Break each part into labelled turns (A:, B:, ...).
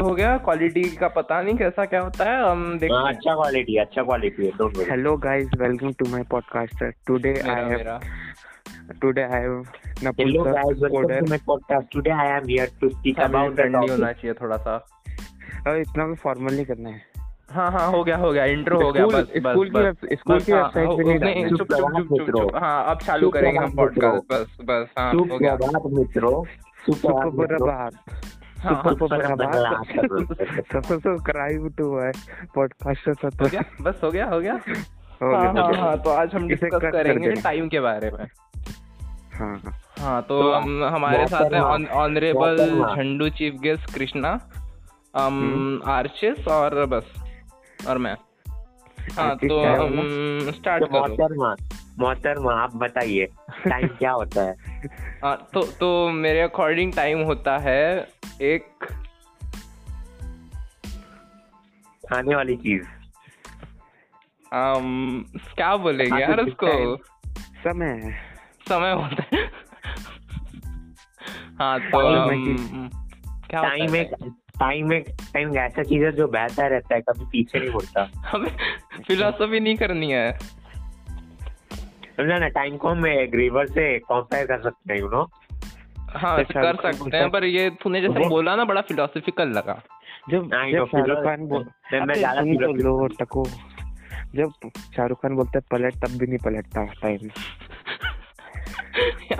A: हो गया क्वालिटी का पता नहीं कैसा क्या होता है हम देख
B: हाँ अच्छा क्वालिटी अच्छा क्वालिटी है don't worry
C: Hello guys, welcome to my podcast. Today I
A: मेरा
C: have
A: मेरा
C: today I have
B: hello
C: Napulsa
B: guys welcome
C: Coder.
B: To my podcast today I am here to speak
A: हमें
B: अबाउट
A: trendy होना चाहिए थोड़ा सा
C: और इतना भी फॉर्मल नहीं करना है
A: हाँ हाँ हो गया हो गया इंट्रो हो गया
C: स्कूल-
A: बस बस
C: स्कूल की
A: बस।
C: वेब- स्कूल की
A: हाँ,
C: वेबसाइट
A: हो-
C: पे नहीं
A: नहीं,
C: डालना है।
A: चुप चुप चुप चुप चुप हाँ अब चालू
B: सुप्रभात
A: करेंगे हम
B: मित्रों।
A: पॉडकास्ट बस बस हाँ हो गया
B: सुप्रभात मित्रों सुप्रभात मित्रों
C: सुप्रभात
A: हाँ, हाँ,
B: सुप्रभात
C: सब सब कराई टू है पॉडकास्ट सब
A: हो गया बस हो गया हो गया
C: हो
A: हाँ,
C: गया, हो
A: हाँ,
C: गया।
A: हाँ, तो आज हम
C: इसे cut
A: डिस्कस
C: कर
A: करेंगे
C: देना।
A: टाइम के बारे में
C: हाँ, हाँ।
A: हाँ तो
B: तो
A: हम हमारे
B: बहुत
A: साथ है
B: करना।
A: ऑनरेबल
B: बहुत करना।
A: झंडू chief guest Krishna um, Archis um, और बस और मैं हाँ
C: आर्चिस
A: तो
C: क्या है
A: स्टार्ट
B: तो
A: करो
B: मोहतरमा मोहतरमा आप बताइए टाइम क्या होता है
A: हाँ, तो तो मेरे अकॉर्डिंग टाइम होता है एक
B: खाने वाली चीज
A: अम, um, क्या बोलेंगे
B: हाँ,
A: यार
B: कुछ
A: उसको
B: time.
C: समय है।
A: समय होता है हाँ तो
C: Time है कि-
A: अम, क्या होता
B: टाइम
A: है?
B: एक टाइम एक टाइम एक ऐसा चीज है जो बहता रहता है कभी पीछे नहीं मुड़ता
A: हमें फिलोसफी नहीं करनी है
B: समझा ना टाइम को हम एक रिवर से कंपेयर कर सकते हैं यू नो
A: हाँ
C: अच्छा,
A: कर
C: रुको,
A: सकते हैं
C: रुको।
A: पर ये तूने जैसे
B: रुको।
A: बोला ना बड़ा फिलोसफिकल लगा
C: जब
A: हाँ,
B: I
C: जब
B: know,
C: शाहरुख
B: फिलहाल-
C: खान बोल
B: मैं- मैं
C: अबे
B: ज्यादा
C: सुन तो
B: serious
C: लो टको जब शाहरुख खान बोलता है पलट तब भी नहीं पलटता टाइम
A: तो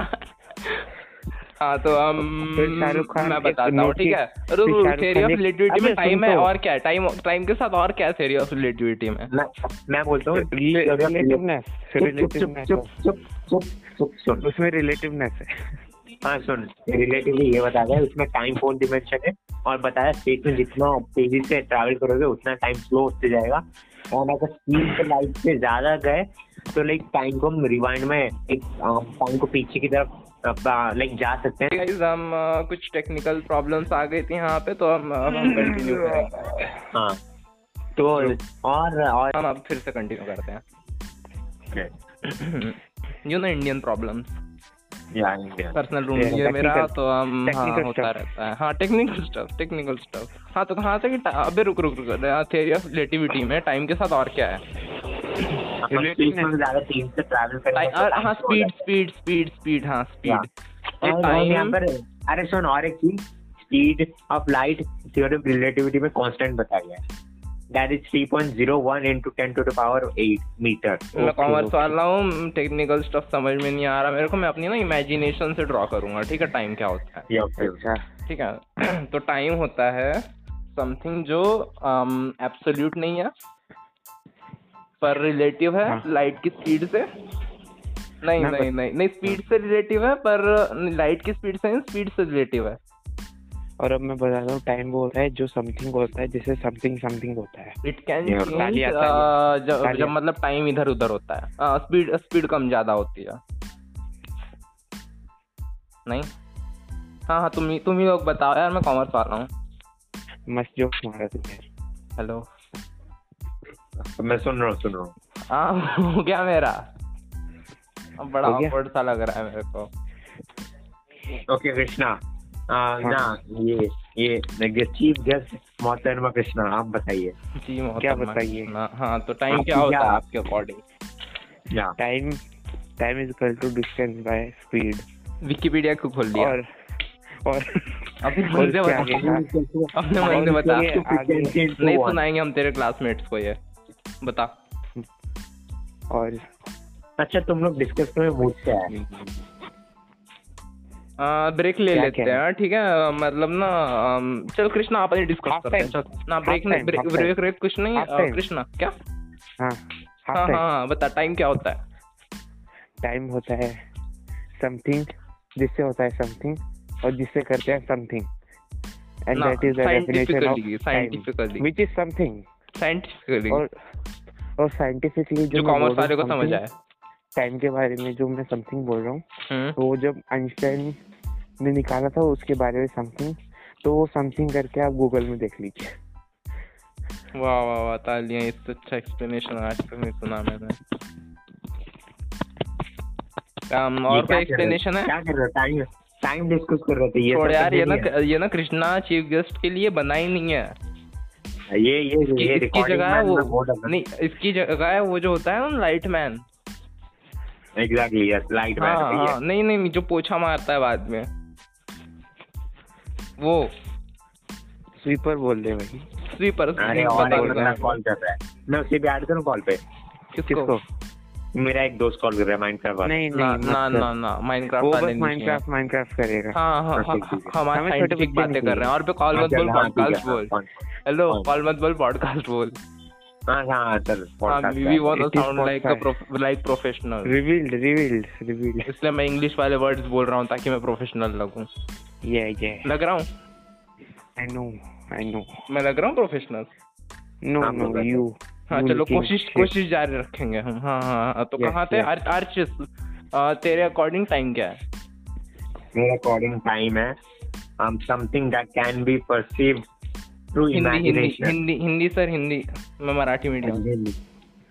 A: हाँ तो हम
C: फिर शाहरुख खान
A: मैं
C: एक
A: बताता हूँ
C: नोट
A: ठीक
C: की-
A: है
C: फिर
A: रुक
C: शाहरुख
A: थ्योरी
C: खान
A: ऑफ
C: एक-
A: रिलेटिविटी में
C: अबे
A: टाइम
C: सुन
A: है
C: तो।
A: और क्या है टाइम टाइम के साथ और क्या है थ्योरी ऑफ रिलेटिविटी में
B: मैं मैं बोलता हूँ चलो, चलो,
C: रिलेटिवनेस
B: चुप, चुप,
C: रिलेटिवनेस
B: चुप, चुप, चुप, चुप, सुन
C: उसमें रिलेटिवनेस है
B: हाँ सुन रिलेटिवली ये बता रहा है उसमें टाइम फोर डिमेंशन है और बताया स्पेस में जितना तेजी से ट्रैवल करोगे उतना टाइम स्लो होते जाएगा और अगर स्पीड से लाइट से ज्यादा गए तो लाइक टाइम को हम रिवाइंड में एक टाइम को पीछे की तरफ लाइक जा सकते हैं
A: गाइस हम अ, कुछ टेक्निकल प्रॉब्लम्स आ गई थी यहाँ पे तो हम अब हम कंटिन्यू करेंगे
B: हाँ तो और और
A: हम अब फिर से कंटिन्यू करते हैं you know Indian problems personal room
B: Yeah,
A: भी है मेरा
C: technical-
A: तो हम हाँ
C: technical
A: होता
C: stuff.
A: रहता है हाँ टेक्निकल स्टफ टेक्निकल स्टफ हाँ तो कहाँ से अबे रुक रुक रुक हाँ, थ्योरी ऑफ रिलेटिविटी में टाइम के साथ और क्या है
B: स्पेस में ज्यादा तेजी से ट्रैवल
A: टाइ- और हाँ स्पीड
B: करेंगे
A: स्पीड स्पीड स्पीड हाँ स्पीड
B: और और यहाँ पर अरे सुन और एक चीज speed of light theory of relativity में कांस्टेंट बताया गया है that is 3.01 into 10 to the power 8 metre
A: मैं
C: Okay,
A: कॉमर्स
C: okay.
A: वाला हूँ टेक्निकल स्टफ समझ में नहीं आ रहा मेरे को मैं अपनी ना इमेजिनेशन से ड्रॉ करूंगा ठीक है टाइम क्या होता है
C: अच्छा
A: ठीक है तो टाइम होता है समथिंग जो एब्सोल्यूट नहीं है पर रिलेटिव है
C: हाँ।
A: लाइट की स्पीड से नहीं
C: ना,
A: नहीं
C: बस- हाँ।
A: नहीं नहीं स्पीड से रिलेटिव है पर लाइट की स्पीड से नहीं स्पीड से रिलेटिव है
C: और अब मैं बता रहा हूँ टाइम वो होता है जो समथिंग होता है जिसे समथिंग समथिंग होता है
A: इट कैन
C: ये तालिया,
A: जब
C: तालिया।
A: जब मतलब टाइम इधर उधर होता है स्पीड स्पीड कम ज्यादा होती है नहीं हाँ हाँ तुम ही तुम ही लोग बताओ यार मैं कॉमर्स वाला हूँ
C: मस्त जो मारा तुमने
A: हेलो
B: तो मैं सुन रहा हूँ सुन रहा हूँ
A: हाँ हो गया मेरा अब बड़ा
C: हो गया?
A: awkward सा लग रहा है मेरे को
B: ओके कृष्णा आ, ना ये ये चीफ गेस्ट मोहतरमा कृष्णा आप बताइए
A: जी मोहतरमा
C: क्या बताइए?
A: कृष्णा। हाँ तो टाइम
B: आप
A: क्या होता है
B: क्या-
A: आपके अकॉर्डिंग
B: या
C: time time is equal to distance by speed
A: Wikipedia को खोल लिया
C: और और
A: अपने
C: और
A: मन से बता
C: उसके आगे हाँ,
A: अपने मन से बता
C: आगे- आगे-
A: नहीं सुनाएंगे हम तेरे क्लासमेट्स को ये बता
C: और
B: अच्छा तुम लोग डिस्कस में मुझसे आए
A: ब्रेक ले
C: क्या
A: लेते
C: क्या?
A: हैं ठीक है मतलब ना अम, चल कृष्णा आप डिस्कस
C: Half
A: करते हैं
C: time.
A: चल ना ब्रेक
C: Half
A: नहीं
C: time,
A: break
C: half time.
A: Break break कुछ नहीं
C: Half
A: अ,
C: time.
A: कृष्णा क्या हाँ
C: हाँ हाफ
A: हाँ हाँ बता टाइम क्या होता है
C: टाइम होता है समथिंग जिससे होता है समथिंग और जिससे करते हैं समथिंग एंड
A: ना,
C: that is the definition of
A: scientifically, scientifically.
C: Time which is something
A: scientifically
C: और और साइंटिफिकली जो
A: जो
C: मैं बोल
A: कॉमर्स
C: रहा
A: वाले को
C: हूँ
A: समझ
C: something,
A: आए
C: टाइम के बारे में जो मैं समथिंग बोल रहा हूँ
A: हम्म
C: तो वो जब आइंस्टाइन ने निकाला था उसके बारे में समथिंग तो वो समथिंग करके आप गूगल में देख लीजिए
A: वाह वाह वाह तालियां इससे अच्छा एक्सप्लेनेशन आज तक नहीं सुना मैंने um, और कोई
B: ये क्या कर रहे हो?
A: एक्सप्लेनेशन है
B: क्या कर रहे हो टाइम टाइम डिस्कस कर रहे थे ये
C: तो
A: और
B: सब तो
A: यार
B: करने
A: ये ना
B: नहीं है।
A: ये ना कृष्णा चीफ गेस्ट के लिए बना ही नहीं है
B: ये ये ये
A: इसकी
B: recording
A: जगह है
B: man,
A: वो
B: मैं बोल रहा था।
A: नहीं इसकी जगह है वो जो होता है ना light man
B: exactly yes light
A: हाँ
B: मैन
A: हाँ नहीं नहीं जो पोछा मारता है बाद में वो
C: स्वीपर बोल दे भाई
A: स्वीपर
B: अरे और एक बंदा कॉल कर रहा है मैं उसे भी ऐड करूं कॉल पे
A: किसको
C: किसको
B: मेरा एक दोस्त कॉल कर रहा है माइनक्राफ्ट वाला
C: नहीं
A: ना
C: नहीं मत
A: ना
B: मतलब
C: कर।
A: ना ना
C: वो
A: माइनक्राफ्ट
C: बस
A: वाले नहीं है
C: माइनक्राफ्ट माइनक्राफ्ट करेगा
A: हाँ हाँ हाँ
B: Perfect, ठीक है।
A: हम आज
C: हमें छोटे
A: साइंटिफिक
C: बच्चे
A: बातें
C: नहीं
A: कर रहे हैं और पे कॉल मत
B: हाँ,
A: बोल
B: चल, हाँ,
A: पॉडकास्ट
B: ठीक है,
A: बोल
B: हाँ,
A: हेलो
B: हाँ।
A: कॉल मत बोल पॉडकास्ट बोल
B: हाँ हाँ चल
A: हाँ
B: podcast
A: वी
B: कर।
A: Want
C: it
A: to
C: is
A: sound like a like professional
C: revealed revealed revealed
A: इसलिए मैं इंग्लिश वाले वर्ड्स बोल रहा हूँ ताकि मैं प्रोफेशनल लगूं
C: ये ये
A: लग रहा हूँ
C: आई नो आई नो
A: मैं लग रहा हूँ प्रोफेशनल
C: नो
B: आप
C: नो
B: लोग ऐसे-
C: यू
A: हाँ चलो कोशिश कोशिश जारी रखेंगे हम हाँ हाँ हाँ, तो
C: Yes,
A: कहाँ थे
C: yes.
A: आर- आर्चिस आ, तेरे अकॉर्डिंग टाइम क्या है
B: मेरा अकॉर्डिंग टाइम है um something that can be perceived through
A: Hindi Hindi
B: imagination
A: Hindi Hindi sir Hindi मैं मराठी मीडियम
B: हिंदी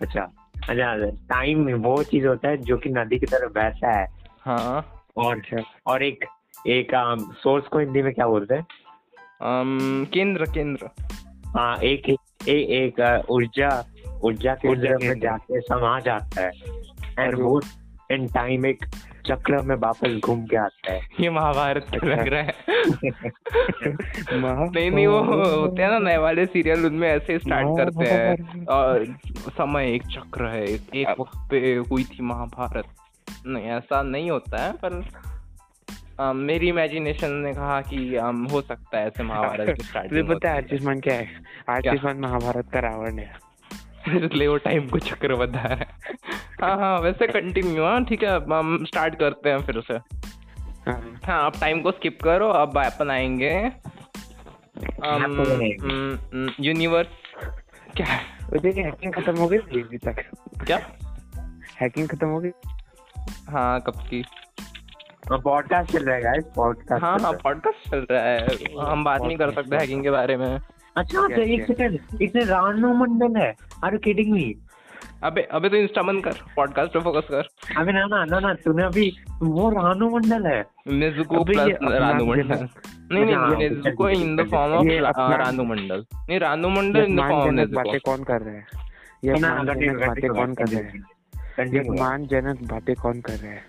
B: अच्छा अच्छा टाइम वो चीज होता है जो कि नदी की तरफ बहता है
A: हाँ
B: और और एक एक सोर्स को हिंदी में क्या बोलते हैं
A: अम, केंद्र केंद्र
B: हाँ एक ए, एक अ, ऊर्जा ऊर्जा
C: ऊर्जा
B: केंद्र में
C: केंद्र।
B: जाके समा जाता है एंड
C: और
B: वो एंड टाइम एक चक्र में वापस घूम के आता है
A: ये महाभारत
C: अच्छा।
A: का लग रहा है
C: महा-
A: नहीं नहीं वो होते हैं ना नए वाले सीरियल उनमें ऐसे ही
C: हाँ,
A: स्टार्ट करते हैं
C: महाभारत।
A: और समय एक चक्र है एक एक वक्त पे हुई थी महाभारत नहीं ऐसा नहीं होता है पर अम, मेरी इमेजिनेशन ने कहा कि अम, हो सकता है ऐसे महाभारत की
C: तुझे
A: स्टार्टिंग
C: पता है आर्चिसमान क्या है आर्चिसमान महाभारत का रावण है
A: इसलिए वो टाइम को चक्र बता रहा है हाँ हाँ वैसे कंटिन्यू हाँ ठीक है अब हम स्टार्ट करते हैं फिर से
C: हाँ,
A: हाँ आप टाइम को स्किप करो अब अपन आएंगे
B: बनाएंगे।
A: यूनिवर्स क्या है?
C: वो तेरी हैकिंग तो खत्म हो गई थी अभी तक
A: क्या
C: हैकिंग खत्म हो गई
A: हाँ कब की
B: पॉडकास्ट चल रहा है गाइस पॉडकास्ट
A: हाँ हाँ पॉडकास्ट चल रहा है हम बात नहीं कर
C: Podcast,
A: सकते हैकिंग के बारे में
B: अच्छा
C: Yes,
B: तो एक
C: yes.
B: सेकंड इसमें रानू मंडल है आर यू किडिंग मी
A: अबे अबे तो इंस्टा बंद कर पॉडकास्ट पे फोकस कर
B: अबे ना ना ना ना तूने अभी वो रानू मंडल है
A: नेजुको
C: अबे ये
A: प्लस
C: अपना
A: रानू मंडल
C: जनक-
A: नहीं नहीं
B: हाँ, हाँ,
A: नेजुको
B: ये
A: इन द फॉर्म ऑफ
C: ये अपना-
A: रानू मंडल नहीं रानू
C: ये
A: मंडल इन द फॉर्म ऑफ
C: अपमानजनक
A: नेजुको
C: बातें कौन कर रहे हैं ये
B: ना, ना,
C: अपमानजनक
B: continue,
C: बातें
B: continue,
C: कौन कर रहे हैं ये
B: continue, continue.
C: अपमानजनक बातें कौन कर रहे हैं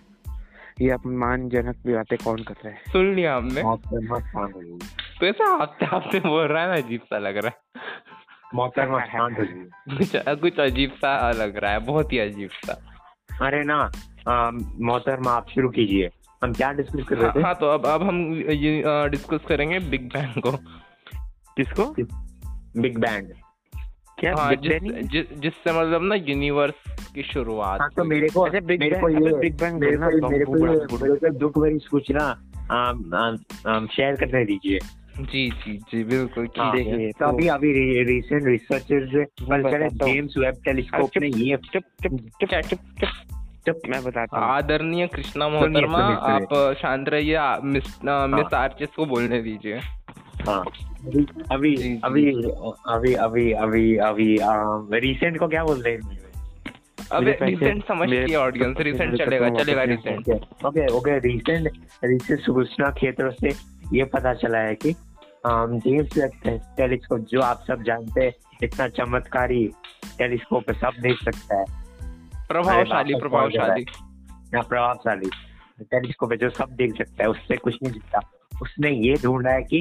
C: ये अपमानजनक भी बातें कौन कर रहे हैं
A: सुन लिया हमने
C: हाँ।
B: मोहतरमा शांत हो जाइए।
A: तो ऐसा हफ्ते हफ्ते बोल रहा है ना अजीब सा लग रहा है
B: मोहतरमा शांत हो जाइए।
A: कुछ कुछ अजीब सा लग रहा है बहुत ही अजीब सा
B: अरे ना अम, मोहतरमा आप शुरू कीजिए हम क्या डिस्कस कर रहे
A: हाँ,
B: थे
A: हाँ तो अब अब हम ये डिस्कस करेंगे बिग बैंग को
C: किसको
B: बिग बैंग
C: क्या
A: हाँ
C: बिग
A: जिस,
C: बैंग
A: जिस, जिससे मतलब ना यूनिवर्स की शुरुआत
B: हाँ तो
A: हुई।
B: मेरे को
C: अच्छा, Big
B: मेरे
C: Bang-
B: को ये
C: अबे, Big Bang
B: मेरे
C: बोलना,
B: को
C: Bang
B: मेरे को ये-
C: बोलना।
B: मेरे को दुख भरी सूचना अम, अम, अम, शेयर करने दीजिए
A: जी जी जी बिल्कुल
B: हाँ,
A: कीजिए।
C: देखिए
B: तो
C: तो-
B: अभी अभी रिसेंट रिसर्चर्स कल्चर
C: बताता हूँ।
B: जेम्स वेब टेलीस्कोप
C: अच्छा,
B: ने ये
C: चुप चुप चुप चुप चुप चुप मैं बताता हूँ
A: आदरणीय कृष्णा
B: सुनिए,
A: मोहतरमा
B: सुनिए, सुनिए।
A: आप अ, शांत रहिए आप मिस अ, मिस आर्चिस को बोलने दीजिए
B: हाँ अभी अभी
A: जी, जी।
B: अभी अभी अभी अभी अभी रिसेंट को क्या बोलते हैं
A: अबे
C: पैसे-
A: रिसेंट समझिए
C: मेरे-
A: ऑडियंस रिसेंट
C: मेरे
A: चलेगा
C: पैसे
A: चलेगा
C: वापस
A: recent
B: okay okay recent recent सूचना क्षेत्रों से ये पता चला है कि um, जेम्स वेब टेलीस्कोप जो आप सब जानते हैं इतना चमत्कारी टेलीस्कोप है सब देख सकता है
A: प्रभावशाली
B: वापस पहुंच जा रहा है।
A: प्रभावशाली
B: या प्रभावशाली टेलीस्कोप है जो सब देख सकता है उससे कुछ नहीं दिखता उसने ये ढूंढा है कि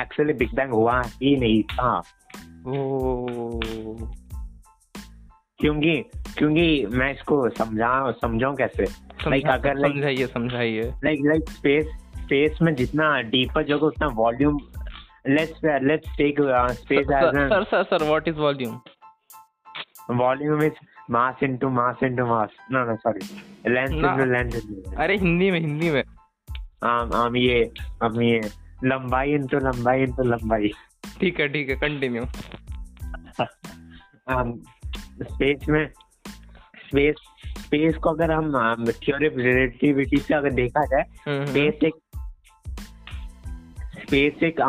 B: एक्चुअली बिग बैंग हुआ ही नहीं था
A: ओ
B: क्योंकि क्योंकि मैं इसको समझा समझाऊं कैसे Like,
A: समझा-
B: अगर-
A: समझाइए समझाइए
B: लाइक लाइक स्पेस स्पेस में जितना डीपर जगह उतना volume let's let's take space as
A: sir sir sir what is volume
B: volume is mass into mass into mass no no sorry length
A: ना।
B: इनटू लेंथ इनटू
A: अरे हिंदी में हिंदी में
B: um um ये um ये लंबाई इनटू लंबाई इनटू लंबाई
A: ठीक है ठीक है कंटिन्यू
B: um स्पेस में स्पेस स्पेस को अगर हम um, थ्योरी ऑफ रिलेटिविटी से अगर देखा जाए
A: हम्म,
B: स्पेस एक स्पेस एक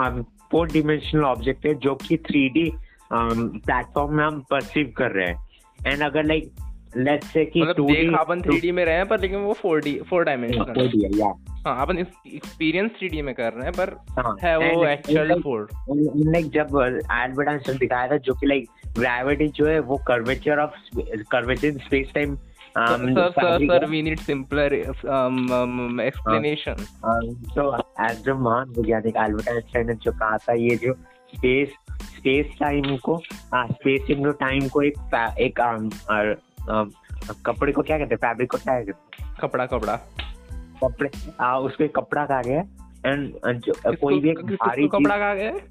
B: फोर डिमेंशनल ऑब्जेक्ट um, है जो कि थ्री डी प्लेटफॉर्म में हम परसीव कर रहे हैं एंड अगर लाइक लेट्स से कि
A: मतलब
B: टू डी
A: देख अपन थ्री में रहे हैं पर लेकिन वो four D four dimension
B: four D या
A: हाँ अपन एक्सपीरियंस थ्री में कर रहे हैं पर
B: हाँ
A: है वो
B: and
A: एक्चुअल
B: like-
A: फोर
B: उनने जब एडवर्टाइजमेंट दिखाया था जो कि लाइक ग्रेविटी जो है वो curvature of curvature space time um,
A: sir sir sir we need simpler um, explanation
B: तो एज जो महान वैज्ञानिक अल्बर्ट आइंस्टाइन ने जो कहा था ये जो स्पेस स्पेस टाइम को स्पेस इन टाइम को एक fa- एक um, uh, um, कपड़े को क्या कहते हैं फैब्रिक को क्या कहते हैं
A: कपड़ा कपड़ा
B: हाँ। कपड़े आ, उसको एक कपड़ा कहा गया एंड
A: किसको-
B: तो कोई भी एक
A: किस- किसको
B: भारी
A: कपड़ा कहा गया है?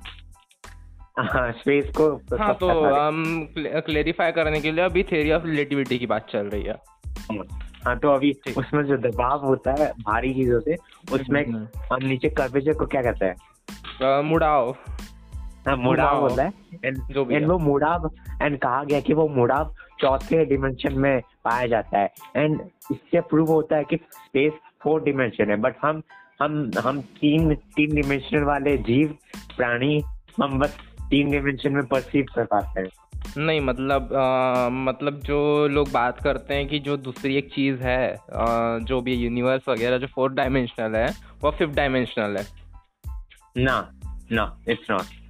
B: स्पेस को
A: हाँ तो
B: कपड़ा कहा
A: हम क्लेरिफाई करने के लिए अभी थ्योरी ऑफ रिलेटिविटी की बात चल रही है
B: हाँ तो अभी
A: ठीक।
B: उसमें जो दबाव होता है भारी चीजों से उसमें एक-
A: हम्म।
B: और नीचे कर्वेचर को क्या कहता है
A: अ, मुड़ाओ
B: हाँ
A: मुड़ाव।
B: मुड़ाव होता है एंड
A: जो तो भी
B: एंड
A: है।
B: वो मुड़ाव एंड कहा गया कि वो मुड़ाव चौथे डिमेंशन में पाया जाता है एंड इससे प्रूव होता है कि स्पेस फोर डिमेंशन है बट हम हम हम तीन तीन डिमेंशन वाले जीव प्राणी हम बस तीन डिमेंशन में परसीव कर पाते हैं
A: नहीं मतलब अ, मतलब जो लोग बात करते हैं कि जो दूसरी एक चीज है अ, जो भी यूनिवर्स वगैरह जो फोर्थ डायमेंशनल है वो फिफ्थ डायमेंशनल है
B: ना ना इट्स नॉट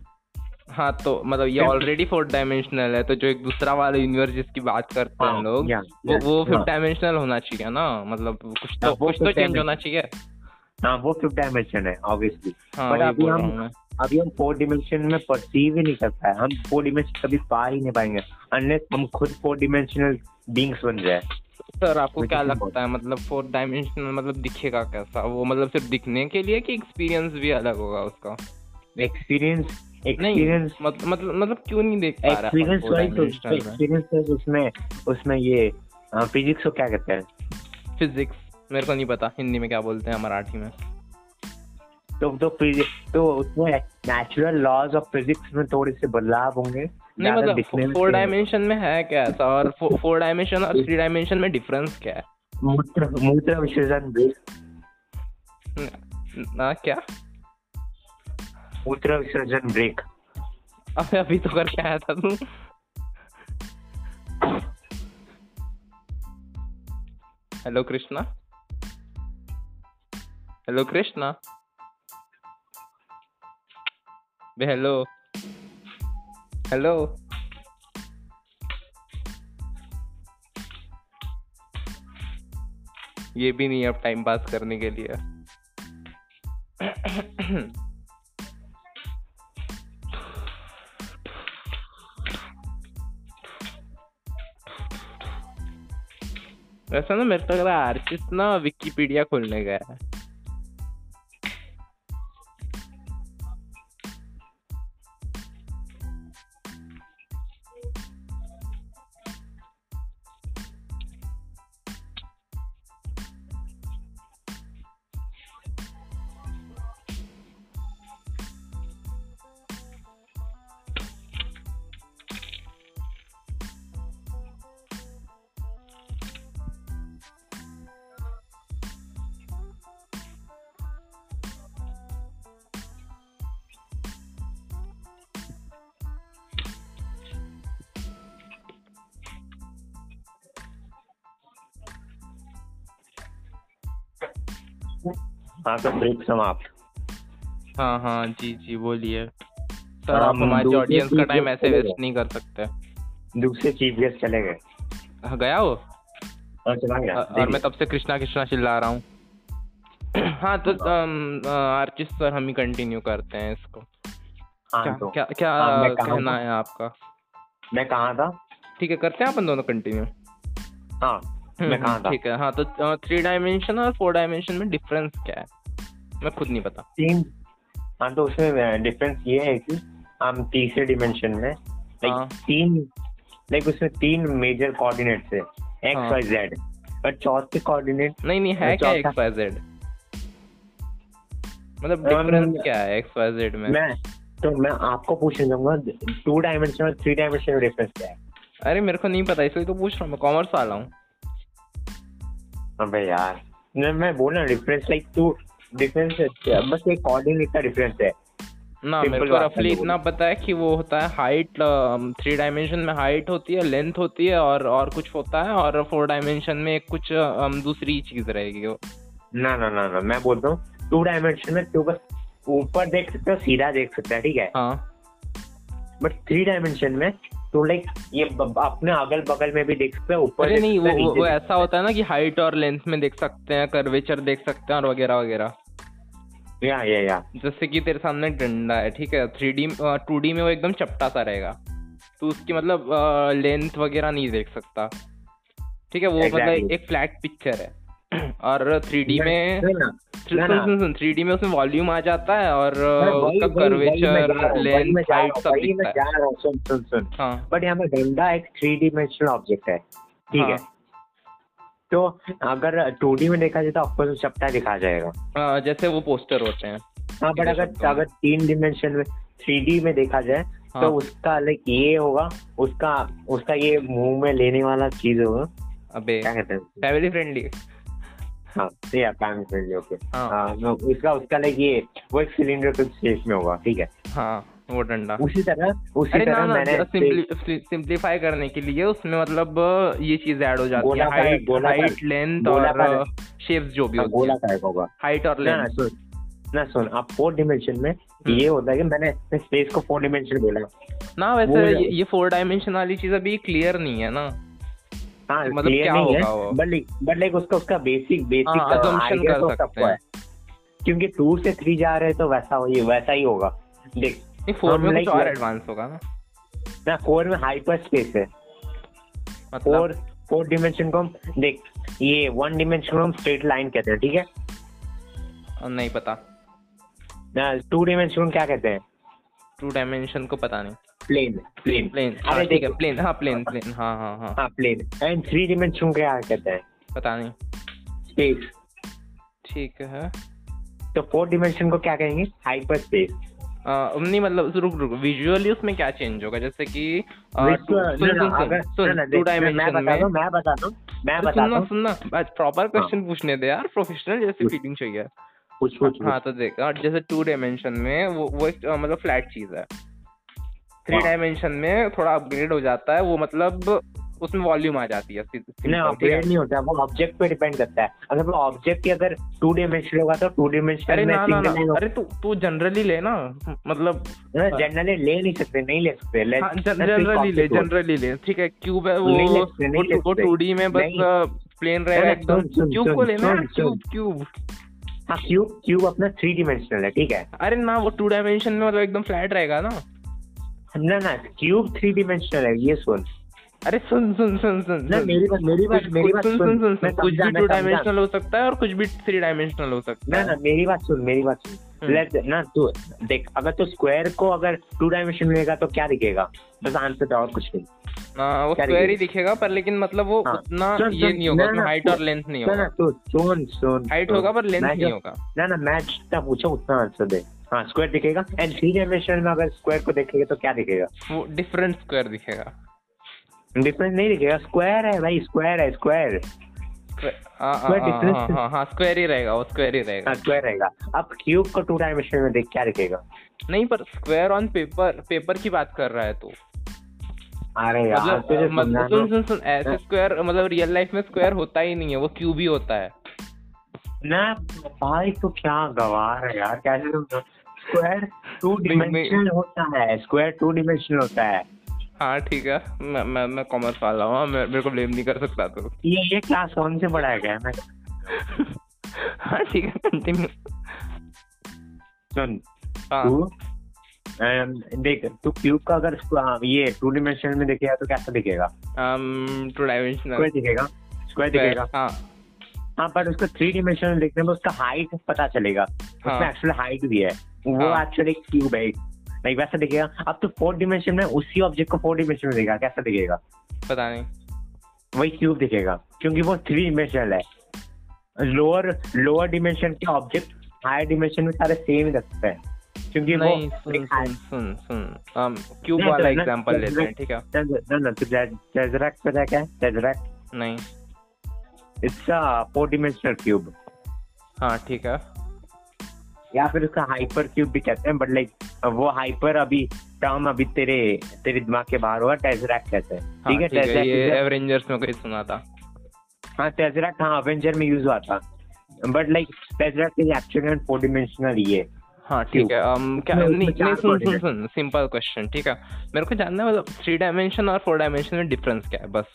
A: हाँ तो मतलब ये
B: Fifth-
A: ऑलरेडी फोर्थ डायमेंशनल है तो जो एक दूसरा वाला यूनिवर्स जिसकी बात करते
B: हाँ,
A: हैं हाँ, लोग
B: या
A: वो तो वो फिफ्थ डायमेंशनल होना चाहिए ना मतलब कुछ
B: हाँ,
A: तो
B: वो
A: कुछ हाँ। तो
B: fifth
A: चेंज होना चाहिए
B: हाँ वो फिफ्थ डायमेंशन है ऑब्वियसली
A: हाँ
B: But
A: वही
B: अभी
A: बोल
B: हम-
A: रहा हूँ मैं
B: अभी हम फोर डिमेंशन में परसीव ही नहीं कर पाए हम फोर डिमेंशन कभी पा ही नहीं पाएंगे अनलेस हम खुद फोर डिमेंशनल बींग्स बन जाए
A: सर आपको
B: which
A: क्या
B: is
A: लगता है मतलब फोर डायमेंशनल मतलब दिखेगा कैसा वो मतलब सिर्फ दिखने के लिए कि एक्सपीरियंस भी अलग होगा उसका
B: एक्सपीरियंस
A: नहीं
B: एक्सपीरियंस
A: मत- मतलब मतलब क्यों नहीं देख पा रहा
B: एक्सपीरियंस
A: फोर डायमेंशनल में
B: एक्सपीरियंस तो उसमें उसमें ये फिजिक्स को क्या कहते हैं
A: फिजिक्स मेरे को नहीं पता हिंदी में क्या बोलते हैं मराठी में
B: तो तो physics- तो उसमें नेचुरल लॉज ऑफ फिजिक्स में थोड़े से बदलाव होंगे
A: नहीं
B: ज्यादा दिखने
A: मतलब
B: में
A: फोर
B: से-
A: डायमेंशन में है क्या ऐसा और फोर डायमेंशन और थ्री डायमेंशन में डिफरेंस क्या है
B: मूत्र मूत्र विसर्जन rate,
A: न- ना क्या
B: मूत्र विसर्जन ब्रेक
A: अबे अभी तो करके आया था तू हेलो कृष्णा हेलो कृष्णा बे हेलो हेलो ये भी नहीं है अब टाइम पास करने के लिए वैसे ना मेरे को लग रहा है आर्चिस ना विकीपीडिया खोलने गया है
B: हाँ तो ब्रेक समाप्त
A: हाँ हाँ जी जी बोलिए सर
B: हाँ,
A: आप हमारे
B: दूसरे
A: ऑडियंस का
B: चीज़
A: टाइम
B: में
A: ऐसे
B: चले
A: वेस्ट
B: गए।
A: नहीं कर सकते
B: दूसरे चीफ गेस्ट चले गए
A: हाँ, गया वो
B: और चला गया
A: अ- और मैं तब से कृष्णा कृष्णा चिल्ला रहा हूँ हाँ तो अम, अ, आर्चिस सर हम ही कंटिन्यू करते हैं इसको
B: हाँ,
A: क्या
B: तो
A: क्या क्या
B: हाँ, मैं कहाँ
A: कहना
B: था?
A: है आपका
B: मैं कहाँ था
A: ठीक है करते हैं अपन दोनों कंटिन्यू
B: हाँ मैं कहाँ था
A: ठीक है हाँ तो थ्री डायमेंशन और फोर डायमेंशन में डिफरेंस क्या है मैं खुद नहीं पता
B: तीन हाँ तो उसमें डिफरेंस ये है कि हम तीसरे डिमेंशन में
A: हाँ।
B: लाइक तीन लाइक उसमें तीन मेजर कोऑर्डिनेट्स है
A: हाँ।
B: एक्स वाई जेड और चौथे कोऑर्डिनेट
A: नहीं नहीं है
B: मैं
A: क्या
B: चौथा-
A: एक्स वाई जेड मतलब
B: Um,
A: डिफरेंस क्या है एक्स वाई जेड में
B: मैं तो मैं आपको पूछना चाहूंगा टू डायमेंशन और थ्री डायमेंशन में डिफरेंस क्या है
A: अरे मेरे को नहीं पता इसलिए तो पूछ रहा हूँ मैं कॉमर्स वाला हूँ
B: अबे हाँ यार मैं मैं बोल रहा हूँ डिफरेंस लाइक टू डिफरेंस बस एक कोऑर्डिनेट का डिफरेंस है
A: ना मेरे
B: Simple
A: को
B: बात है
A: रफली
B: लोगों
A: इतना पता है कि वो होता है हाइट थ्री डायमेंशन में हाइट होती है लेंथ होती है और और कुछ होता है और फोर डायमेंशन में कुछ अम, दूसरी चीज रहेगी वो
B: ना ना ना ना मैं बोलता हूँ टू डायमेंशन में तू बस ऊपर देख सकते हो सीधा देख सकता है ठीक है
A: हाँ
B: बट थ्री डायमेंशन में तो लाइक ये ब- अपने अगल बगल में भी देख सकते हो ऊपर
A: अरे
B: देख
A: नहीं वो
B: सकते
A: वो,
B: हो, नीचे
A: वो
B: देख
A: ऐसा होता है ना कि हाइट और लेंथ में देख सकते हैं कर्वेचर देख सकते हैं और वगैरह वगैरह
B: सकते हो। या या या
A: जैसे कि तेरे सामने डंडा है ठीक है थ्री डी टू डी में वो एकदम चपटा सा रहेगा तो उसकी मतलब लेंथ वगैरह नहीं देख सकता ठीक है वो मतलब
B: Exactly.
A: एक फ्लैट पिक्चर है और थ्री डी में
B: नहीं ना
A: सुन
B: ना,
A: सुन
B: ना।
A: सुन थ्री डी में उसमें वॉल्यूम आ जाता है और
B: मैं
A: uh,
B: वही-
A: उसका
B: वही- वही मैं जा रहा
A: कर्वेचर
B: हूँ, वही
A: लेंथ
B: मैं जा
A: हाइट
B: रहा हूँ,
A: सब
B: वही मैं
A: दिखता है
B: जा रहा हूँ सुन सुन सुन
A: हाँ
B: बट यहाँ पे डंडा एक थ्री डिमेंशनल ऑब्जेक्ट है ठीक
A: हाँ।
B: है तो अगर टू डी में देखा जाए तो आपको तो चपटा दिखा जाएगा
A: हाँ, अ, जैसे वो पोस्टर होते हैं
B: हाँ बट
A: सीधे
B: अगर
A: शब्दों में।
B: अगर तीन डिमेंशन में थ्री डी में देखा जाए
A: हाँ
B: तो उसका लाइक ये होगा उसका उसका ये मुंह में लेने वाला चीज होगा
A: अबे
B: क्या कहते हैं
A: फैमिली फ्रेंडली
B: हाँ या पैन फ्रेंड ओके
A: हाँ
B: हाँ no, उसका उसका लाइक ये वो एक सिलेंडर के शेप में होगा ठीक है
A: हाँ वो डंडा
B: उसी तरह उसी
A: अरे ना
B: तरह
A: ना
B: मैंने
A: सिंप्लीफाई करने के लिए उसमें मतलब अ, ये चीजें ऐड हो जाती है
B: गोलाकार-
A: हाइट
B: गोलाकार-
A: हाइट लेंथ
B: गोलाकार
A: और शेप्स जो भी
B: हाँ,
A: होती है
B: गोलाकार होगा
A: हाइट और
B: ना ना
A: लेंथ
B: सुन ना सुन आप फोर डिमेंशन में
A: हम्म।
B: ये होता है कि मैंने स्पेस को फोर डिमेंशन बोला
A: ना
B: वो
A: वैसे
B: है।
A: ये- ये फोर डायमेंशन वाली चीज अभी क्लियर नहीं है ना
B: हाँ
A: मतलब
B: क्लियर
A: क्या
B: नहीं
A: होगा वो?
B: है बट लाइक बट लाइक उसका उसका बेसिक बेसिक
A: हाँ, assumption कर
B: तो
A: सकते
B: सबको
A: हैं।
B: है क्योंकि टू से थ्री जा रहे हैं तो वैसा हो ये वैसा ही होगा देख
A: नहीं फोर
B: हम
A: में कुछ
B: like-
A: और एडवांस होगा ना
B: ना फोर में हाइपर स्पेस है
A: मतलब
B: फोर फोर डिमेंशन को हम देख ये वन डिमेंशन को हम स्ट्रेट लाइन कहते हैं ठीक है
A: अ, नहीं पता
B: ना टू डिमेंशन को क्या कहते हैं
A: टू डायमेंशन को पता नहीं
B: प्लेन प्लेन
A: प्लेन
B: अरे
A: हाँ ठीक है
B: देख-
A: प्लेन हाँ प्लेन प्लेन हाँ हाँ हाँ
B: हाँ प्लेन एंड थ्री डिमेंशन को क्या कहते हैं
A: पता नहीं
B: स्पेस
A: ठीक है
B: तो फोर डिमेंशन को क्या कहेंगे हाइपर स्पेस
A: Uh, अ, नहीं मतलब रुक रुक विजुअली उसमें क्या चेंज होगा जैसे कि अ,
B: विश्व-
A: टू-
B: ना,
A: सुन
B: ना,
A: सुन
B: अगर- ना,
A: सुन
B: ना,
A: टू
B: देख, मैं- मैं
A: डायमेंशन में
B: बताता हूँ, मैं बताता हूँ, मैं
A: अरे
B: बताता
A: तो सुनना
B: हूँ, हाँ।
A: सुनना आज प्रॉपर क्वेश्चन पूछने दे यार प्रोफेशनल जैसी
B: पूछ।
A: फीलिंग चाहिए
B: कुछ- कुछ-
A: हाँ तो देख और जैसे टू डायमेंशन में वो वो एक अ, मतलब फ्लैट चीज है थ्री
B: हाँ।
A: डायमेंशन में थोड़ा अपग्रेड हो जाता है वो मतलब उसमें वॉल्यूम आ जाती है सी-
B: कुछ। नहीं,
A: simple, ठीक है?
B: upgrade नहीं होता, वो ऑब्जेक्ट पे डिपेंड करता है अगर वो ऑब्जेक्ट की अगर टू डिमेंशनल होगा तो टू
A: अरे
B: डिमेंशनल में
A: ना ना
B: सिंगल
A: ना
B: लाइन होगा
A: अरे तू तू जनरली ले ना मतलब
B: जनरली हाँ, ले नहीं सकते नहीं ले सकते ले-
A: हाँ
B: that's very
A: जनरली ले
B: complicated.
A: जनरली ले ठीक है क्यूब है
B: नहीं
A: वो
B: लगते, नहीं
A: वो टू- वो
B: लगते।
A: टू डी में बस
B: नहीं।
A: प्लेन
B: ना,
A: रहेगा एकदम
B: सुन, सुन,
A: क्यूब
B: सुन,
A: को लेना
B: सुन,
A: क्यूब क्यूब
B: हाँ क्यूब क्यूब अपना थ्री डिमेंशनल है ठीक है
A: अरे ना वो टू डायमेंशन में मतलब एकदम फ्लैट रहेगा ना
B: ना ना क्यूब थ्री डिमेंशनल है ये सुन
A: अरे सुन सुन सुन सुन
B: ना
A: सुन।
B: मेरी बात मेरी बात
A: कुछ-
B: मेरी
A: कुछ
B: बात
A: सुन सुन सुन
B: मैं
A: सुन कुछ
B: समझा,
A: भी
B: मैं
A: टू
B: समझा।
A: डायमेंशनल हो सकता है और कुछ भी थ्री डायमेंशनल हो सकता
B: ना
A: है
B: ना मेरी बात सुन मेरी बात सुन
A: हम्म।
B: लेट ना तू देख अगर तू स्क्वायर को अगर टू डायमेंशन लेगा तो क्या दिखेगा बस आंसर तो और कुछ नहीं
A: हाँ, वो
B: क्या
A: स्क्वायर ही
B: रहेगी?
A: दिखेगा पर लेकिन मतलब वो
B: हाँ,
A: उतना
B: सुन,
A: ये
B: सुन,
A: नहीं होगा
B: ना,
A: उसमें
B: ना,
A: हाइट और लेंथ नहीं
B: ना ना
A: होगा
B: तू सुन सुन
A: हाइट
B: सुन।
A: होगा पर लेंथ
B: मैं
A: नहीं
B: जो-
A: होगा
B: ना ना मैं जितना पूछा उतना आंसर दे हाँ स्क्वायर दिखेगा एंड थ्री डायमेंशन में अगर स्क्वायर को देखेगा तो क्या दिखेगा
A: वो डिफरेंट स्क्वायर दिखेगा
B: डिफरेंस नहीं दिखेगा स्क्वायर है भाई स्क्वायर है स्क्वायर
A: स्क्वायर- हाँ हाँ,
B: Square
A: हाँ
B: difference-
A: हाँ, हाँ हाँ स्क्वायर ही रहेगा वो स्क्वायर ही रहेगा
B: हाँ स्क्वायर रहेगा अब क्यूब को टू डायमेंशन में देख क्या दिखेगा
A: नहीं पर स्क्वायर ऑन पेपर पेपर की बात कर रहा है तू
B: अरे यार
A: मतलब
B: तुझे
A: मतलब-
B: समझाना
A: सुन सुन सुन ऐसे स्क्वायर मतलब रियल लाइफ में स्क्वायर होता ही नहीं है वो क्यूब ही होता है
B: ना भाई तो क्या गवार है यार कैसे तुम स्क्वायर टू
A: नहीं, नहीं।
B: डिमेंशनल होता है स्क्वायर टू डिमेंशनल होता है
A: हाँ ठीक है मैं मैं मैं कॉमर्स वाला हूँ मैं- मेरे को ब्लेम नहीं कर सकता तू
B: ये ये क्लास कौन से पढ़ाया गया है मैं
A: हाँ ठीक है कंटिन्यू
B: सुन
A: हाँ
B: तू अम, देख तू क्यूब का अगर इसको, हाँ, ये टू डिमेंशनल में देखेगा तो कैसा दिखेगा
A: um, टू डायमेंशनल
B: स्क्वायर दिखेगा स्क्वायर दिखेगा
A: हाँ
B: हाँ पर उसको थ्री डिमेंशनल देखने में उसका हाइट पता चलेगा उसमें
A: हाँ।
B: एक्चुअल हाइट भी है वो
A: हाँ।
B: एक्चुअली क्यूब है लाइक वैसा दिखेगा अब तो फोर डिमेंशन में उसी ऑब्जेक्ट को फोर डिमेंशन में दिखेगा कैसा दिखेगा
A: पता नहीं
B: वही क्यूब दिखेगा क्योंकि वो थ्री डिमेंशनल है लोअर लोअर डिमेंशन के ऑब्जेक्ट हायर डिमेंशन में सारे सेम ही रखते हैं क्योंकि वो
A: नहीं सुन
B: एक high-
A: सुन सुन सुन क्यूब
B: नहीं,
A: वाला
B: तो ना-
A: एग्जांपल
B: तो
A: लेते हैं ठीक है
B: ना ना तो टेजरैक्ट पता है क्या है टेजरैक्ट
A: नहीं
B: it's a four dimensional cube
A: हाँ ठीक है
B: या फिर उसका हाइपर क्यूब भी कहते हैं बट लाइक वो हाइपर अभी टर्म अभी तेरे तेरे दिमाग के बाहर हुआ टेजरैक्ट कहते हैं
A: हाँ,
B: ठीक है
A: ये
B: टेजरैक्ट
A: एवेंजर्स में कोई सुना था
B: हाँ टेजरैक्ट हाँ एवेंजर में यूज हुआ था but like space graph is actually on four dimensional ये
A: हाँ ठीक है um, क्या
B: उसमें
A: नहीं
B: उसमें
A: नहीं
B: चार
A: सुन
B: coordinate
A: सुन सुन सिंपल क्वेश्चन ठीक है मेरे को जानना है मतलब थ्री डायमेंशन और फोर डायमेंशन में डिफरेंस क्या है बस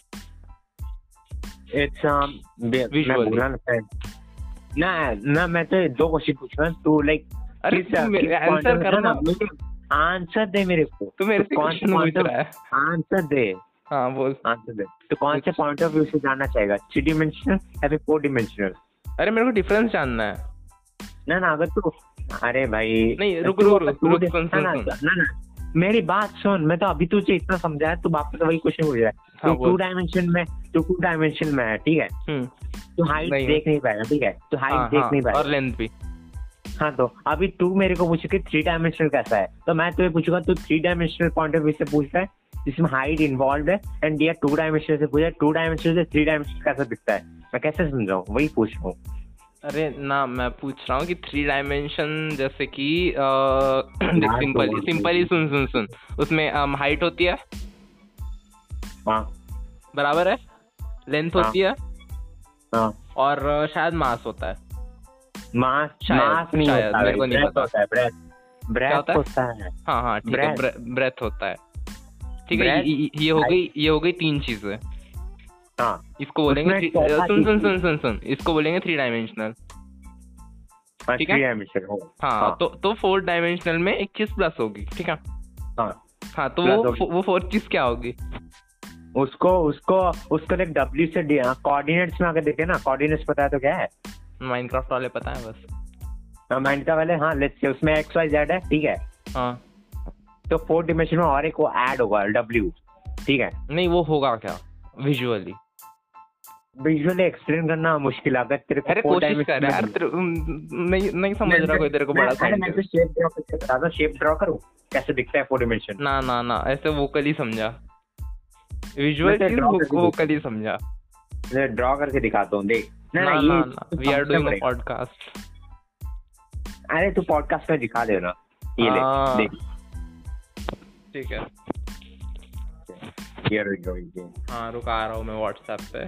B: इट्स um बे- मैं
A: Visually.
B: बोल रहा हूँ ना friend. ना ना मैं तो दो क्वेश्चन पूछ रहा हूँ तू लाइक
A: अरे तू मेरे आंसर करो ना
B: आंसर दे मेरे को
A: तू मेरे
B: तो
A: से
B: कौन
A: क्वेश्चन
B: कौन
A: पूछ
B: सा-
A: रहा है
B: आंसर दे
A: हाँ बोल
B: आंसर दे तो कौन से पॉइंट ऑफ व्यू से जानना चाहेगा थ्री डिमेंशनल या फिर फोर डिमेंशनल
A: अरे मेरे को डिफरेंस जानना है
B: ना ना अगर तू अरे भाई
A: नहीं, रुक,
B: तू
A: रुक,
B: अगर
A: रुक,
B: तू
A: रुक,
B: दे-
A: सुन,
B: ना, ना,
A: सुन,
B: ना ना मेरी बात सुन मैं तो अभी तुझे इतना समझाया तू वापस वही क्वेश्चन पूछ रहा है
A: हाँ
B: तू टू
A: बोल
B: डायमेंशन तो में तू टू डायमेंशन में है ठीक है
A: हम्म,
B: तू हाइट
A: नहीं।
B: देख नहीं पाएगा ठीक है तू
A: हाँ
B: हाइट देख नहीं
A: हाँ और
B: पाएगा
A: लेंथ भी
B: हाँ तो अभी तू मेरे को पूछ के थ्री डायमेंशनल कैसा है तो मैं तुझे पूछूंगा तू three dimensional point of view से पूछ रहा है जिसमें हाइट इन्वॉल्व है एंड ये टू डायमेंशनल से पूछ रहा है टू डायमेंशनल से थ्री डायमेंशनल कैसा दिखता है मैं कैसे समझाऊँ वही पूछ रहा हूँ
A: अरे ना मैं पूछ रहा हूँ कि थ्री डायमेंशन जैसे कि
B: तो
A: सिंपल
B: बात
A: सिंपल ही सुन सुन सुन उसमें हाइट होती है
B: हाँ
A: बराबर है लेंथ
B: हाँ।
A: होती है
B: हाँ
A: और अ, शायद मास होता है
B: मास
A: शायद,
B: मास नहीं
A: शायद,
B: होता
A: मेरे को नहीं
B: breath
A: पता।
B: होता है
A: होता
B: ब्रेथ ब्रेथ
A: है?
B: होता है
A: हाँ हाँ ठीक है
B: Breath.
A: ब्रेथ होता है ठीक है ये-
B: Breath,
A: ये- ये हो गई ये हो गई तीन चीजें
B: हाँ
A: इसको बोलेंगे
B: उसमें
A: three-
B: चौथा
A: सुन सुन
B: चीज-
A: सुन सुन सुन इसको बोलेंगे थ्री डायमेंशनल
B: और
A: ठीक है?
B: three dimension हो
A: हाँ
B: हाँ।
A: तो तो फोर डायमेंशनल में इक्कीस प्लस होगी ठीक है
B: हाँ।
A: हाँ तो
B: Plus
A: वो
B: होगी।
A: वो फोर्थ चीज क्या होगी
B: उसको उसको उसको देख डब्ल्यू से कोऑर्डिनेट्स में आकर देखे ना कोऑर्डिनेट्स पता है तो क्या है
A: माइनक्राफ्ट वाले पता है बस
B: माइंड का वाले हाँ लेट्स से उसमें एक्स वाई जेड है ठीक है
A: हाँ
B: तो फोर्थ डिमेंशन में और एक वो ऐड होगा डब्ल्यू ठीक है
A: नहीं वो होगा क्या विजुअली
B: विजुअली एक्सप्लेन करना मुश्किल है, अगर तेरे को
A: अरे
B: four
A: कोशिश
B: dimension
A: कर
B: में
A: यार
B: करना।
A: तेरे- उम, नहीं नहीं समझ रहा कोई तेरे को
B: मैं-
A: बड़ा
B: अरे मैं
A: साइंटिस्ट
B: शेप ड्रॉ करके बता दो शेप ड्रॉ करूं कैसे दिखता है फोर डिमेंशन
A: ना ना ना ऐसे वोकल ही समझा विजुअल
B: वैसे draw
A: चीज
B: करके
A: वोकल ही समझा
B: ड्रॉ करके दिखाता हूँ देख ना
A: हम्म। ना
B: ना
A: ना
B: ये तो
A: ना वी आर
B: समझना
A: डूइंग अ
B: पड़ेगा।
A: पॉडकास्ट
B: अरे तू पॉडकास्ट में दिखा देना ये ले
A: हाँ।
B: देख
A: ठीक है
B: ये रुक जाओ, ये रुक जाओ।
A: हाँ रुक आ रहा हूँ मैं व्हाट्सएप पे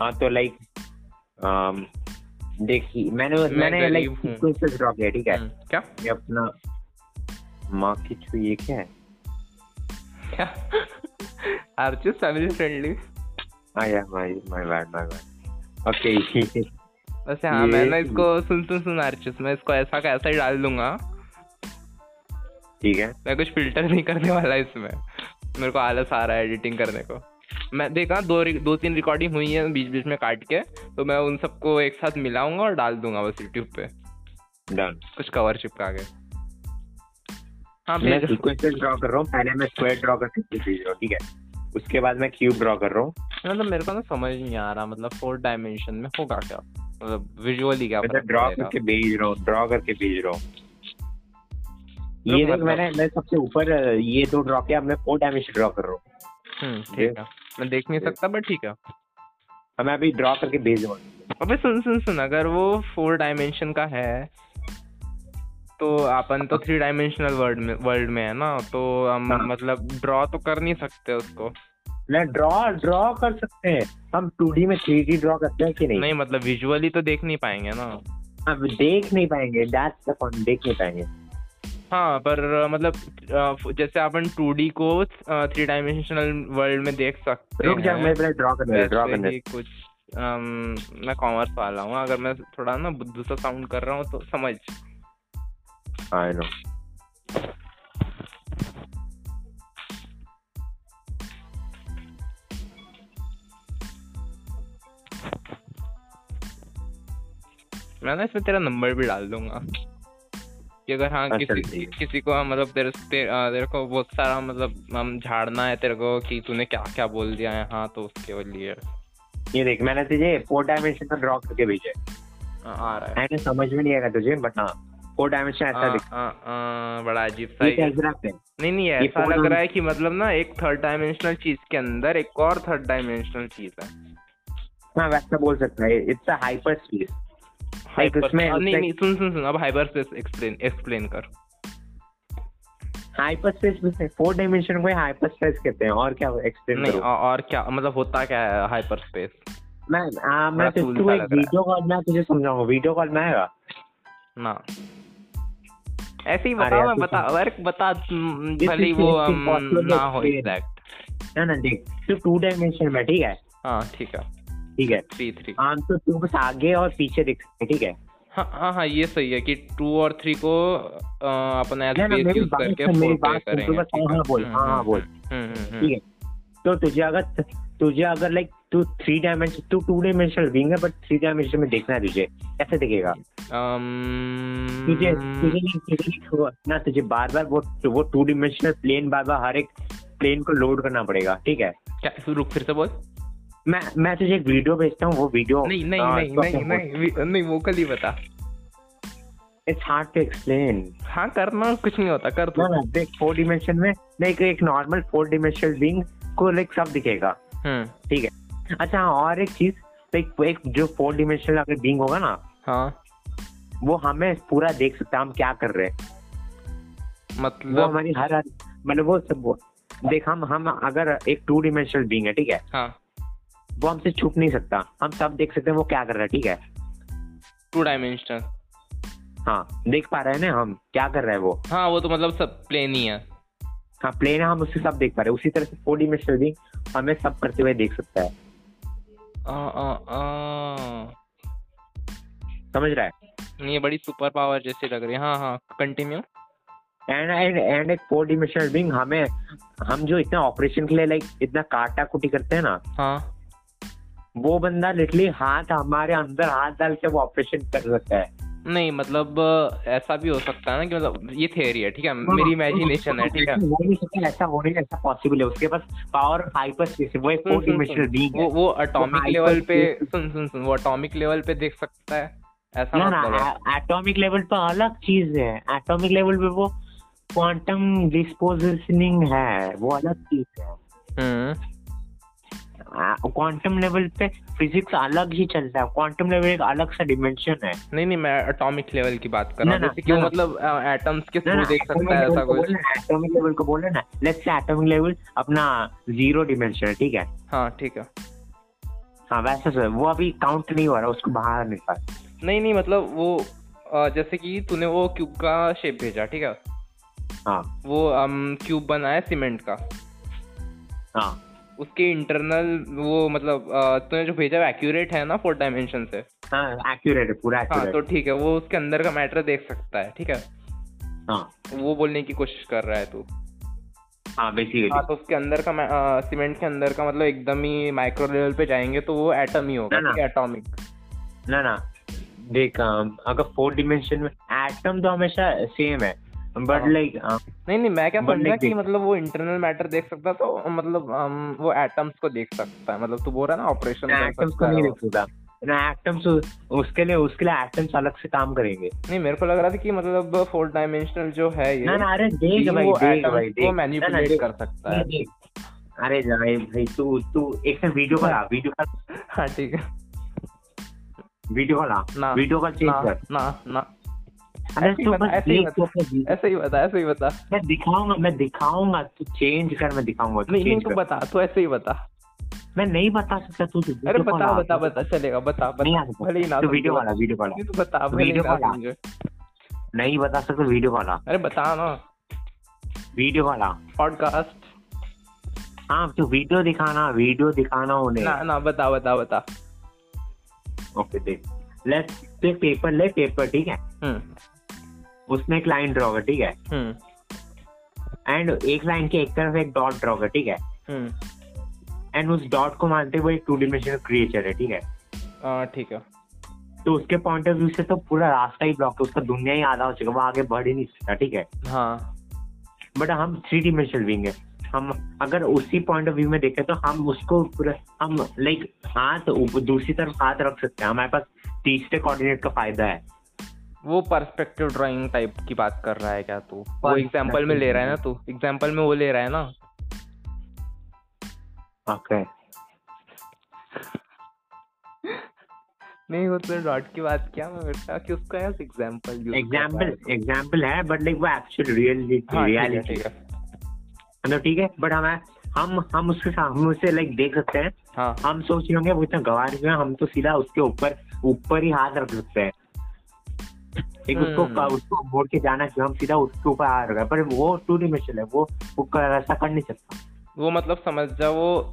B: हाँ तो लाइक देखिए मैंने
A: मैं
B: मैंने
A: गरीब
B: लाइक
A: हूँ।
B: सीक्वेंसेस ड्रॉ किया ठीक है
A: हम्म, क्या
B: ये अपना माँ की छू ये क्या है
A: क्या आर चीज फैमिली फ्रेंडली
B: आया my my bad my bad okay
A: वैसे हाँ
B: ये- तो
A: मैं ना इसको सुन सुन सुन आर्चिस मैं इसको ऐसा का ऐसा ही डाल दूंगा
B: ठीक है
A: मैं कुछ फिल्टर नहीं करने वाला इसमें मेरे को आलस आ रहा है एडिटिंग करने को मैं देखा दो रि- दो तीन रिकॉर्डिंग हुई है बीच बीच में काट के तो मैं उन सबको एक साथ मिलाऊंगा और डाल दूंगा बस यूट्यूब पे
B: डन
A: कुछ कवर चिपका के हाँ
B: मैं
A: भेजो
B: सीक्वेंसेस ड्रॉ कर रहा हूँ पहले मैं स्क्वायर ड्रॉ करके भेज रहा हूँ ठीक है उसके बाद मैं क्यूब ड्रॉ कर रहा हूँ
A: मतलब मेरे को ना समझ नहीं आ रहा मतलब फोर डायमेंशन में होगा क्या मतलब विजुअली क्या
B: मतलब
A: फर्क
B: ड्रॉ
A: पड़ेगा?
B: करके भेज रहा हूँ ड्रॉ करके भेज रहा हूँ
A: रुक
B: ये देख
A: मतलब-
B: मैंने मैं सबसे ऊपर अ, ये दो ड्रॉ किया अब मैं फोर डायमेंशन ड्रॉ कर रहा हूँ
A: हम्म, ठीक है मैं देख नहीं
B: देख।
A: सकता बट ठीक है
B: अब मैं अभी ड्रॉ करके भेज रहा हूँ
A: अबे सुन सुन सुन अगर वो फोर डायमेंशन का है तो अपन तो थ्री डायमेंशनल वर्ल्ड में वर्ल्ड में है ना तो हम
B: हाँ।
A: मतलब ड्रॉ तो कर नहीं सकते उसको
B: ना ड्रॉ ड्रॉ कर सकते हैं हम टू डी में थ्री डी ड्रॉ करते हैं कि नहीं
A: नहीं मतलब विजुअली तो देख नहीं पाएंगे ना
B: अब देख नहीं पाएंगे दैट्स द पॉइंट देख नहीं पाएंगे
A: हाँ पर अ, मतलब अ, जैसे अपन टू डी को थ्री डायमेंशनल वर्ल्ड में देख सकते
B: रुक जा
A: हैं।
B: मैं पहले ड्रॉ करने दे ड्रॉ
A: वैसे
B: करने
A: ही कुछ अम, मैं कॉमर्स वाला हूँ अगर मैं थोड़ा ना बुद्धू सा साउंड कर रहा हूँ तो समझ
B: आई नो
A: मैं ना इसमें तेरा नंबर भी डाल दूंगा कि अगर हाँ
B: हाँ,
A: किसी
B: चल ठीक है।
A: किसी को हाँ, मतलब तेरे ते, आ, तेरे को बहुत सारा मतलब हम झाड़ना है तेरे को कि तूने क्या क्या बोल दिया है हाँ तो उसके लिए
B: ये देख मैंने तुझे फोर डायमेंशन का ड्रॉ करके भेजा है
A: आ, आ रहा है
B: मैंने समझ में नहीं आएगा तुझे बट हाँ फोर डायमेंशन
A: आ,
B: ऐसा दिखता
A: आ, आ, बड़ा अजीब सा
B: अच्छा,
A: ही
B: है ये telegraph है
A: नहीं नहीं
B: ये
A: ऐसा
B: फोन
A: लग
B: हम-
A: रहा है कि मतलब ना एक थर्ड डायमेंशनल चीज के अंदर एक और थर्ड डायमेंशनल चीज है
B: हाँ वैसा बोल सकता है it's a hyper space
A: Hyper-
B: उसमें-
A: हाँ, नहीं
B: उसमें-
A: नहीं सुन सुन सुन अब हाइपर स्पेस एक्सप्लेन एक्सप्लेन कर
B: हाइपर स्पेस फोर डायमेंशन को हाइपर स्पेस कहते हैं और क्या एक्सप्लेन
A: नहीं
B: करूं
A: औ- और क्या मतलब होता क्या है हाइपर स्पेस
B: मैं आ, मैं
A: बड़ा
B: तुझको
A: सूलझा लग
B: एक
A: रहा है।
B: वीडियो कॉल में तुझे समझाऊंगा वीडियो कॉल में आएगा
A: ना ऐसे ही बताओ
B: अरे यार,
A: मैं
B: तू
A: बता वर्क बता तुम-
B: This
A: भले ही
B: is
A: वो
B: just
A: um,
B: impossible
A: ना
B: to
A: हो
B: explain.
A: एग्जैक्ट
B: ना ना देख तू टू डायमेंशन में ठीक है
A: हाँ ठीक है
B: ठीक है
A: थ्री थ्री
B: आम तो तू बस आगे और पीछे दिख सकते ठीक है
A: हाँ हाँ हाँ ये सही है कि टू और थ्री को अ, अपना
B: ना, ना,
A: स्पेस
B: मेरी
A: यूज
B: बात
A: करके
B: सुन, मेरी
A: फोर पे
B: बात सुन, तू
A: करेंगे
B: बस हाँ,
A: ठीक है।
B: हाँ, बोल,
A: हम्म,
B: हाँ, हाँ,
A: हम्म,
B: बोल।
A: हम्म, हम्म,
B: ठीक है तो तुझे अगर तुझे अगर लाइक तू थ्री डायमेंशन तू टू डायमेंशनल विंग है बट थ्री डायमेंशन में देखना है तुझे कैसे दिखेगा
A: हम्म। अम्म,
B: तुझे तुझे नहीं- तुझे नहीं हुआ। ना तुझे बार बार वो वो टू डायमेंशनल प्लेन बार बार हर एक प्लेन को लोड करना पड़ेगा ठीक है
A: क्या रुक फिर से बोल
B: मैं मैं तुझे एक वीडियो भेजता हूँ वो हाँ, वीडियो
A: नहीं नहीं नहीं नहीं नहीं वी- नहीं वो कल ही बता
B: इट्स हार्ड टू एक्सप्लेन
A: हाँ करना कुछ नहीं होता कर दो
B: ना ना देख फोर डिमेंशन में लाइक एक नॉर्मल फोर डिमेंशनल विंग को लाइक सब दिखेगा
A: हम्म
B: ठीक है अच्छा हाँ, और एक चीज लाइक एक जो फोर डिमेंशनल अगर विंग होगा ना
A: हाँ
B: वो हमें पूरा देख सकता है हम क्या कर रहे हैं वो
A: मतलब
B: हमारी हर हर मतलब वो सब वो देख हम हम अगर एक टू डिमेंशनल बींग है ठीक है
A: हाँ
B: वो हमसे छुप नहीं सकता हम सब देख सकते हैं वो क्या कर रहा है ठीक है
A: टू डायमेंशनल
B: हाँ देख पा रहे हैं ना हम क्या कर रहे हैं वो
A: हाँ वो तो मतलब सब प्लेन ही है
B: हाँ प्लेन है हम उससे सब देख पा रहे हैं उसी तरह से फोर डिमेंशनल बींग हमें सब करते हुए देख सकता है
A: आ, आ, आ,
B: समझ रहा है
A: ये बड़ी सुपर पावर जैसी लग रही है हाँ हाँ कंटिन्यू
B: एंड एंड एंड एक फोर डिमेंशनल बींग हमें हम जो इतना ऑपरेशन के लिए लाइक इतना काटा कुटी करते हैं ना
A: हाँ
B: वो बंदा लिटली हाथ हमारे अंदर हाथ डाल के वो ऑपरेशन कर सकता है
A: नहीं मतलब अ, ऐसा भी हो सकता है ना कि मतलब ये थियरी है ठीक है
B: हाँ,
A: मेरी इमेजिनेशन है ठीक है
B: वो नहीं सकता ऐसा होने ऐसा पॉसिबल है उसके पास पावर हाइपर स्पेस है वो एक
A: सुन,
B: फोर
A: सुन,
B: डिमेंशनल बींग
A: हम्म, वो
B: है
A: वो एटॉमिक
B: hyper
A: लेवल पे
B: space-
A: सुन सुन सुन वो एटॉमिक लेवल पे देख सकता है ऐसा
B: ना
A: मतलब है
B: ना एटॉमिक लेवल पे तो अलग चीज है एटॉमिक लेवल पे वो क्वांटम डिस्पोजिशनिंग है वो अलग चीज है
A: हम्म
B: क्वांटम लेवल पे फिजिक्स अलग ही चलता है क्वांटम लेवल एक अलग सा डिमेंशन है
A: नहीं नहीं मैं एटॉमिक लेवल की बात कर रहा हूँ
B: ना, ना,
A: जैसे कि वो
B: ना, ना।
A: मतलब एटम्स के
B: ना तो
A: थ्रू देख सकता है ऐसा कुछ
B: एटॉमिक लेवल को बोले ना लेट्स से एटॉमिक लेवल अपना जीरो डिमेंशन है ठीक है
A: हाँ ठीक है
B: हाँ वैसे सर वो अभी काउंट नहीं हो रहा उसको बाहर नहीं पा
A: नहीं नहीं मतलब वो अ, जैसे कि तूने वो क्यूब का शेप भेजा ठीक है
B: हाँ
A: वो um, क्यूब बना है सीमेंट का
B: हाँ
A: उसके इंटरनल वो मतलब अ, तूने जो भेजा है एक्यूरेट है ना फोर डायमेंशन से
B: हाँ एक्यूरेट है पूरा
A: हाँ तो
B: एक्यूरेट
A: ठीक है वो उसके अंदर का मैटर देख सकता है ठीक है तो-
B: हाँ
A: वो बोलने की कोशिश कर रहा है तू
B: हाँ बेसिकली
A: हाँ तो उसके अंदर का मै- अ, सीमेंट के अंदर का मतलब एकदम ही माइक्रो लेवल पे जाएंगे तो वो एटम ही होगा
B: ना, ना।
A: ठीक है एटॉमिक
B: ना ना देख um, अगर फोर डिमेंशन में एटम तो हमेशा सेम है बट
A: हाँ।
B: लाइक
A: नहीं नहीं मैं क्या
B: बनने
A: समझा कि
B: की-
A: मतलब वो इंटरनल मैटर देख सकता है, तो मतलब अम, वो एटम्स को देख सकता है मतलब तू बोल रहा है ना ऑपरेशन कर
B: एटम्स को
A: सकता है
B: नहीं
A: वो।
B: देख सकता ना एटम्स उसके लिए उसके लिए एटम्स अलग से काम करेंगे
A: नहीं मेरे को लग रहा था कि मतलब फोर डायमेंशनल जो है ये
B: ना ना अरे देख
A: ये
B: भाई
A: वो
B: देख
A: atoms
B: भाई
A: को
B: देख ना, ना,
A: मैनिपुलेट
B: देख।
A: कर सकता
B: नहीं,
A: है
B: देख। अरे भाई भाई तू तू एक से वीडियो कॉल आ वीडियो कॉल
A: हाँ ठीक है
B: वीडियो कॉल आ
A: ना
B: वीडियो कॉल चेंज
A: ना
B: कर
A: ना ना
B: अरे
A: हाँ। ऐसे ही
B: तू
A: बता,
B: बस
A: ऐसे ही
B: देख, तू अपने वी-
A: ऐसे ही बता ऐसे ही बता
B: मैं दिखाऊंगा मैं दिखाऊंगा तू चेंज कर मैं दिखाऊंगा तू
A: नहीं नहीं तो
B: चेंज
A: तू
B: कर
A: बता तू ऐसे ही बता
B: मैं नहीं बता सकता तू तू
A: अरे
B: video call
A: बता
B: आ।
A: बता बता चलेगा बता
B: नहीं
A: बता
B: आ सकता
A: भले ही ना तो
B: तू
A: समझे,
B: वीडियो
A: बता।
B: कॉल आ वीडियो कॉल आ।
A: नहीं, तू तो बता भले ही
B: वीडियो
A: ना
B: कॉल आ।
A: समझे
B: नहीं बता सकता वीडियो कॉल आ
A: अरे बता ना
B: वीडियो कॉल आ
A: पॉडकास्ट
B: हाँ तू वीडियो दिखाना वीडियो दिखाना उन्हें
A: ना ना बता बता बता
B: ओके देख लेट तो एक पेपर ले पेपर ठीक है
A: हम्म
B: उसमें एक लाइन ड्रॉ कर ठीक है
A: हम्म
B: एंड एक लाइन के एक तरफ एक डॉट ड्रॉ कर ठीक है
A: हम्म
B: एंड उस डॉट को मानते हुए टू डिमेंशनल क्रिएचर है ठीक है
A: हाँ, ठीक है
B: तो उसके पॉइंट ऑफ व्यू से तो पूरा रास्ता ही ब्लॉक है उसका दुनिया ही आधा हो चुका है, वो आगे बढ़ ही नहीं सकता ठीक है
A: हाँ
B: बट हम थ्री डिमेंशनल विंग है हम अगर उसी पॉइंट ऑफ व्यू में देखें तो हम उसको पूरा हम लाइक हाथ ऊप- दूसरी तरफ हाथ रख सकते हैं हमारे पास तीसरे कोऑर्डिनेट का फायदा है
A: वो पर्सपेक्टिव ड्राइंग टाइप की बात कर रहा है क्या तू वो
B: Perspective
A: एग्जांपल में ले रहा है ना तू एग्जांपल में वो ले रहा है ना
B: ओके
A: नहीं वो तो डॉट की बात क्या मैं बेटा कि उसका as example use
B: example example है बट लाइक वो एक्चुअल रियल रियलिटी
A: हाँ, ठीक है
B: मतलब ठीक है बट हम हम हम उसके साथ हम उसे लाइक देख सकते हैं
A: हाँ
B: हम सोच रहे होंगे वो इतना गवार क्यों है हम तो सीधा उसके ऊपर ऊपर ही हाथ रख सकते हैं एक उसको
A: हम्म।
B: का- उसको मोड़ के जाना क्यों हम सीधा उसके ऊपर हाथ रखा पर वो टू डिमेंशनल है वो वो कर- ऐसा कर नहीं सकता
A: वो मतलब समझ जाओ वो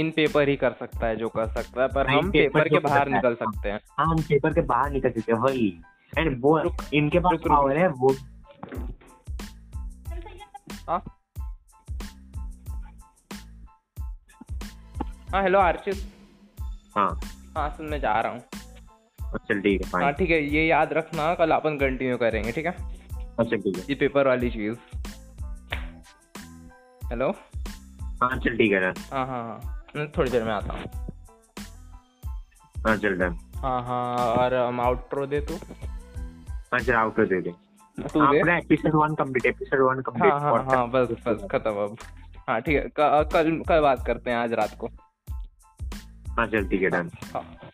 A: इन पेपर ही कर सकता है जो कर सकता है पर
B: हाँ,
A: हम
B: in paper
A: पेपर
B: जो
A: के
B: कर
A: बाहर
B: सकता है।
A: निकल सकते हैं
B: हाँ हम पेपर के बाहर निकल सकते हैं वही एंड वो
A: रुक-
B: इनके पास
A: रुक- रुक-
B: पावर है वो
A: हाँ हेलो आर्चित
B: हाँ
A: हाँ सुन मैं जा रहा हूँ
B: चल ठीक है
A: हाँ
B: fine।
A: ठीक है ये याद रखना कल अपन कंटिन्यू करेंगे ठीक है
B: चल ठीक है
A: ये पेपर वाली चीज हेलो
B: हाँ चल ठीक है डन
A: हाँ हाँ हाँ मैं थोड़ी देर में आता हूँ
B: हाँ चल डन
A: हाँ हाँ और हम आउट्रो दे तू
B: हाँ चल आउट दे दे
A: तू दे
B: अपना episode one complete episode one complete
A: हाँ हाँ हाँ बस बस खत्म अब हाँ ठीक है क- कल कल बात करते हैं आज रात को
B: हाँ चल ठीक है डन
A: हाँ